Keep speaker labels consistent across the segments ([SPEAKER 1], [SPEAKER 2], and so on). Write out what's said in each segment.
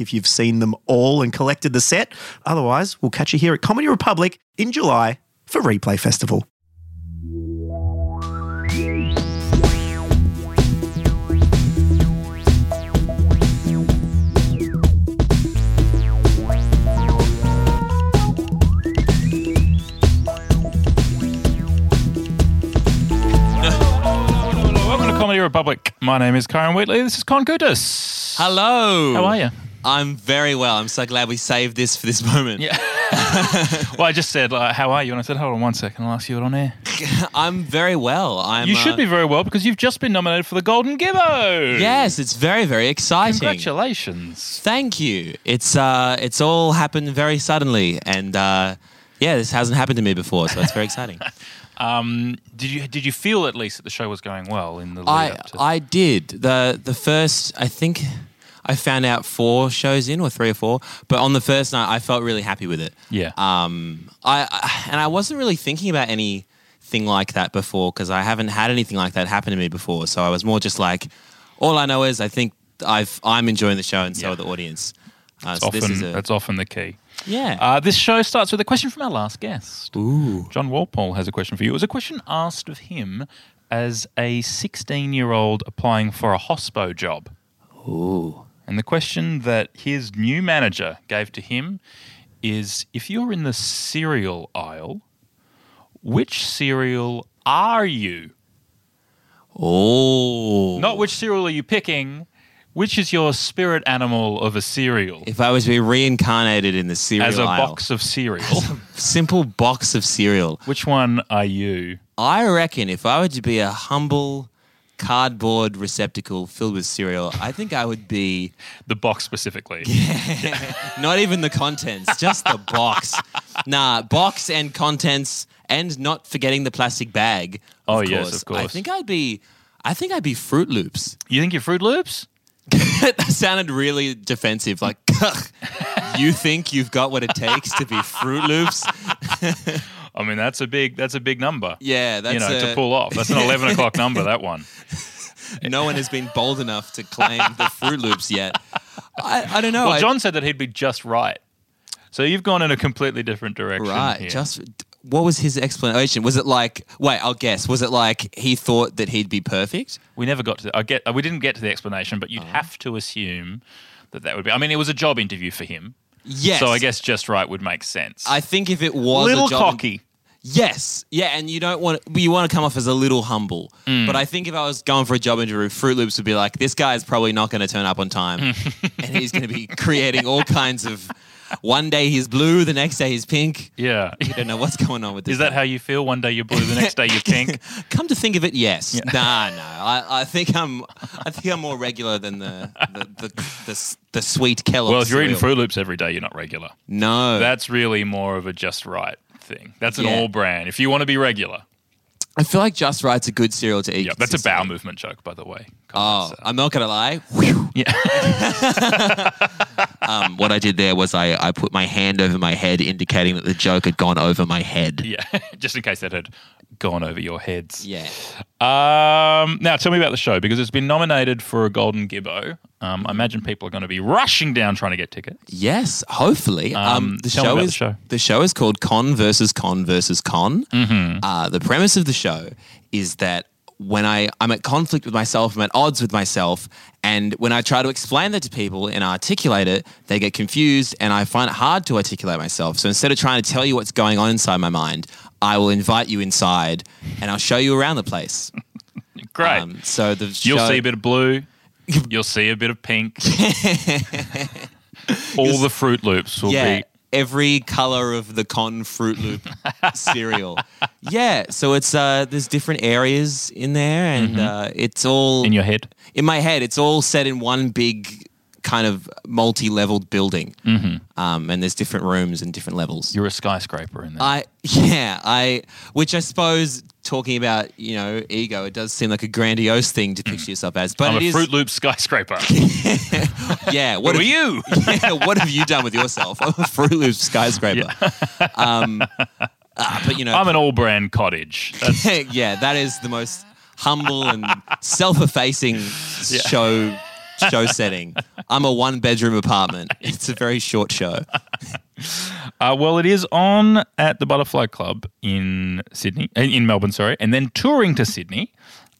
[SPEAKER 1] if you've seen them all and collected the set. Otherwise, we'll catch you here at Comedy Republic in July for Replay Festival.
[SPEAKER 2] Welcome to Comedy Republic. My name is Karen Wheatley. This is Con Kudus.
[SPEAKER 3] Hello.
[SPEAKER 2] How are you?
[SPEAKER 3] I'm very well. I'm so glad we saved this for this moment.
[SPEAKER 2] Yeah. Well, I just said, like, how are you? And I said, hold on one second, I'll ask you it on air.
[SPEAKER 3] I'm very well. I'm.
[SPEAKER 2] You
[SPEAKER 3] uh,
[SPEAKER 2] should be very well because you've just been nominated for the Golden Gibbo.
[SPEAKER 3] Yes, it's very very exciting.
[SPEAKER 2] Congratulations.
[SPEAKER 3] Thank you. It's uh, it's all happened very suddenly, and uh, yeah, this hasn't happened to me before, so it's very exciting.
[SPEAKER 2] Um, did you did you feel at least that the show was going well in the lead
[SPEAKER 3] I
[SPEAKER 2] up to?
[SPEAKER 3] I did the the first. I think I found out four shows in or three or four, but on the first night I felt really happy with it.
[SPEAKER 2] yeah.
[SPEAKER 3] Um, I, I and I wasn't really thinking about anything like that before because I haven't had anything like that happen to me before. So I was more just like, all I know is I think I've I'm enjoying the show and so
[SPEAKER 2] Yeah.
[SPEAKER 3] are the audience. Uh,
[SPEAKER 2] It's
[SPEAKER 3] so this
[SPEAKER 2] often-
[SPEAKER 3] is a
[SPEAKER 2] that's often the key.
[SPEAKER 3] yeah.
[SPEAKER 2] Uh, this show starts with a question from our last guest.
[SPEAKER 3] Ooh.
[SPEAKER 2] John Walpole has a question for you. It was a question asked of him as a 16 year old applying for a hospo job.
[SPEAKER 3] Ooh.
[SPEAKER 2] And the question that his new manager gave to him is if you're in the cereal aisle, which cereal are you?
[SPEAKER 3] Oh.
[SPEAKER 2] Not which cereal are you picking, which is your spirit animal of a cereal?
[SPEAKER 3] If I was to be reincarnated in the cereal
[SPEAKER 2] As a
[SPEAKER 3] aisle.
[SPEAKER 2] box of cereal,
[SPEAKER 3] simple box of cereal,
[SPEAKER 2] which one are you?
[SPEAKER 3] I reckon if I were to be a humble cardboard receptacle filled with cereal, I think I would be
[SPEAKER 2] The box specifically.
[SPEAKER 3] Not even the contents, just the box. Nah, box and contents, and not forgetting the plastic bag. of
[SPEAKER 2] Oh, yes, of
[SPEAKER 3] I
[SPEAKER 2] course.
[SPEAKER 3] think I'd be, I think I'd be Fruit Loops.
[SPEAKER 2] You think you're Fruit Loops?
[SPEAKER 3] that sounded really defensive. Like, you think you've got what it takes to be Fruit Loops?
[SPEAKER 2] I mean, that's a big that's a big number.
[SPEAKER 3] Yeah, that's
[SPEAKER 2] you know,
[SPEAKER 3] a-
[SPEAKER 2] to pull off. That's an eleven o'clock number. That one.
[SPEAKER 3] No one has been bold enough to claim the Fruit Loops yet. I, I don't know.
[SPEAKER 2] Well,
[SPEAKER 3] I-
[SPEAKER 2] John said that he'd be just right. So you've gone in a completely different direction.
[SPEAKER 3] Right.
[SPEAKER 2] here.
[SPEAKER 3] Just what was his explanation? Was it like, wait, I'll guess. Was it like he thought that he'd be perfect?
[SPEAKER 2] we never got to. The, I get. We didn't get to the explanation, but
[SPEAKER 3] Uh-huh.
[SPEAKER 2] you'd have to assume that that would be. I mean, it was a job interview for him.
[SPEAKER 3] Yes.
[SPEAKER 2] So I guess just right would make sense.
[SPEAKER 3] I think if it was
[SPEAKER 2] little
[SPEAKER 3] a job
[SPEAKER 2] cocky.
[SPEAKER 3] yes, yeah, and you don't want you want to come off as a little humble.
[SPEAKER 2] Mm.
[SPEAKER 3] But I think if I was going for a job interview, Fruit Loops would be like, this guy is probably not going to turn up on time, and he's going to be creating all kinds of. One day he's blue, the next day he's pink.
[SPEAKER 2] yeah.
[SPEAKER 3] You don't know what's going on with this.
[SPEAKER 2] Is that
[SPEAKER 3] guy.
[SPEAKER 2] how you feel? One day you're blue, the next day you're pink.
[SPEAKER 3] Come to think of it, yes. Nah, no. I, I think I'm. I think I'm more regular than the the the, the, the, sweet Kellogg's.
[SPEAKER 2] well, if you're eating
[SPEAKER 3] cereal.
[SPEAKER 2] Fruit Loops every day, you're not regular.
[SPEAKER 3] no,
[SPEAKER 2] That's really more of a just right thing. That's an
[SPEAKER 3] Yeah.
[SPEAKER 2] all brand. If you want to be regular,
[SPEAKER 3] I feel like Just Right's a good cereal to eat.
[SPEAKER 2] yeah. That's a
[SPEAKER 3] consistently.
[SPEAKER 2] bowel movement joke, by the way.
[SPEAKER 3] Oh, I'm not gonna lie.
[SPEAKER 2] Yeah.
[SPEAKER 3] Um, what I did there was I, I put my hand over my head, indicating that the joke had gone over my head.
[SPEAKER 2] Yeah, just in case that had gone over your heads.
[SPEAKER 3] Yeah.
[SPEAKER 2] Um, now, tell me about the show because it's been nominated for a Golden Gibbo. Um, I imagine people are going to be rushing down trying to get tickets.
[SPEAKER 3] Yes. Hopefully, um,
[SPEAKER 2] Um,
[SPEAKER 3] the
[SPEAKER 2] tell me
[SPEAKER 3] show
[SPEAKER 2] about
[SPEAKER 3] is
[SPEAKER 2] the show.
[SPEAKER 3] is called Con versus Con versus Con.
[SPEAKER 2] Mm-hmm.
[SPEAKER 3] Uh, the premise of the show is that when I I'm at conflict with myself, I'm at odds with myself, and when I try to explain that to people and articulate it, they get confused, and I find it hard to articulate myself. So instead of trying to tell you what's going on inside my mind, I will invite you inside, and I'll show you around the place.
[SPEAKER 2] Great.
[SPEAKER 3] Um, so the show,
[SPEAKER 2] You'll see a bit of blue. You'll see a bit of pink. All the Fruit Loops will
[SPEAKER 3] yeah,
[SPEAKER 2] be
[SPEAKER 3] every color of the con Fruit Loop cereal. Yeah, so it's uh, there's different areas in there, and uh, it's all
[SPEAKER 2] Mm-hmm. in your head.
[SPEAKER 3] in my head, it's all set in one big kind of multi-leveled building, mm-hmm. um, and there's different rooms and different levels.
[SPEAKER 2] You're a skyscraper in there.
[SPEAKER 3] I yeah, I which I suppose talking about you know ego, it does seem like a grandiose thing to picture yourself as, but
[SPEAKER 2] I'm
[SPEAKER 3] it
[SPEAKER 2] a
[SPEAKER 3] is-
[SPEAKER 2] Fruit Loop skyscraper.
[SPEAKER 3] yeah.
[SPEAKER 2] what
[SPEAKER 3] What
[SPEAKER 2] are
[SPEAKER 3] have
[SPEAKER 2] you?
[SPEAKER 3] yeah, what have you done with yourself? I'm a Fruit Loop skyscraper. Um, ah, but you know,
[SPEAKER 2] I'm an all brand cottage. That's
[SPEAKER 3] yeah, that is the most humble and self-effacing show show setting. I'm a one-bedroom apartment. It's a very short show.
[SPEAKER 2] Uh, well, it is on at the Butterfly Club in Sydney, in in Melbourne, sorry, and then touring to Sydney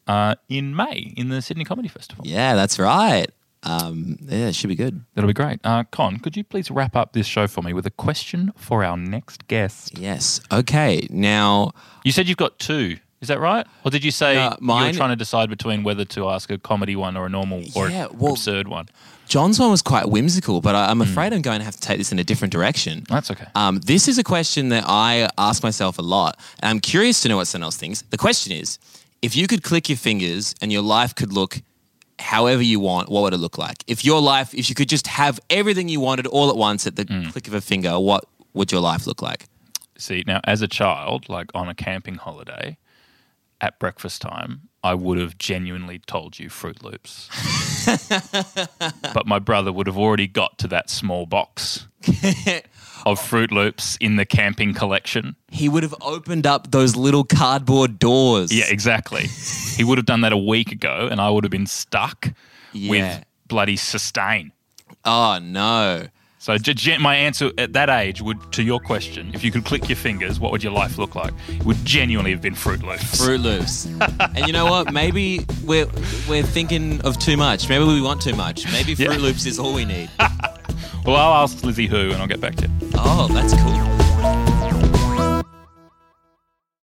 [SPEAKER 2] uh, in May in the Sydney Comedy Festival.
[SPEAKER 3] Yeah, that's right. Um, yeah, it should be good.
[SPEAKER 2] That'll be great. Uh, Con, could you please wrap up this show for me with a question for our next guest?
[SPEAKER 3] Yes. Okay. Now,
[SPEAKER 2] You said you've got two. Is that right? Or did you say
[SPEAKER 3] No,
[SPEAKER 2] you were
[SPEAKER 3] mine-
[SPEAKER 2] trying to decide between whether to ask a comedy one or a normal or
[SPEAKER 3] Yeah,
[SPEAKER 2] an
[SPEAKER 3] well-
[SPEAKER 2] absurd one?
[SPEAKER 3] John's one was quite whimsical, but I, I'm
[SPEAKER 2] Hmm.
[SPEAKER 3] afraid I'm going to have to take this in a different direction.
[SPEAKER 2] That's okay.
[SPEAKER 3] Um, this is a question that I ask myself a lot, and I'm curious to know what someone else thinks. The question is if you could click your fingers and your life could look however you want, what would it look like? If your life, if you could just have everything you wanted all at once at the
[SPEAKER 2] Mm.
[SPEAKER 3] click of a finger, what would your life look like?
[SPEAKER 2] See, now as a child, like on a camping holiday at breakfast time, I would have genuinely told you Fruit Loops. but my brother would have already got to that small box of Fruit Loops in the camping collection.
[SPEAKER 3] He would have opened up those little cardboard doors.
[SPEAKER 2] Yeah, exactly. he would have done that a week ago and I would have been stuck
[SPEAKER 3] Yeah.
[SPEAKER 2] with bloody sustain.
[SPEAKER 3] Oh, no.
[SPEAKER 2] So j- gen- my answer at that age would to your question, if you could click your fingers, what would your life look like? It would genuinely have been Fruit Loops.
[SPEAKER 3] Fruit Loops. and you know what? Maybe we're we're thinking of too much. Maybe we want too much. Maybe Fruit Loops is all we need.
[SPEAKER 2] Well, I'll ask Lizzie who, and I'll get back to you.
[SPEAKER 3] Oh, that's cool.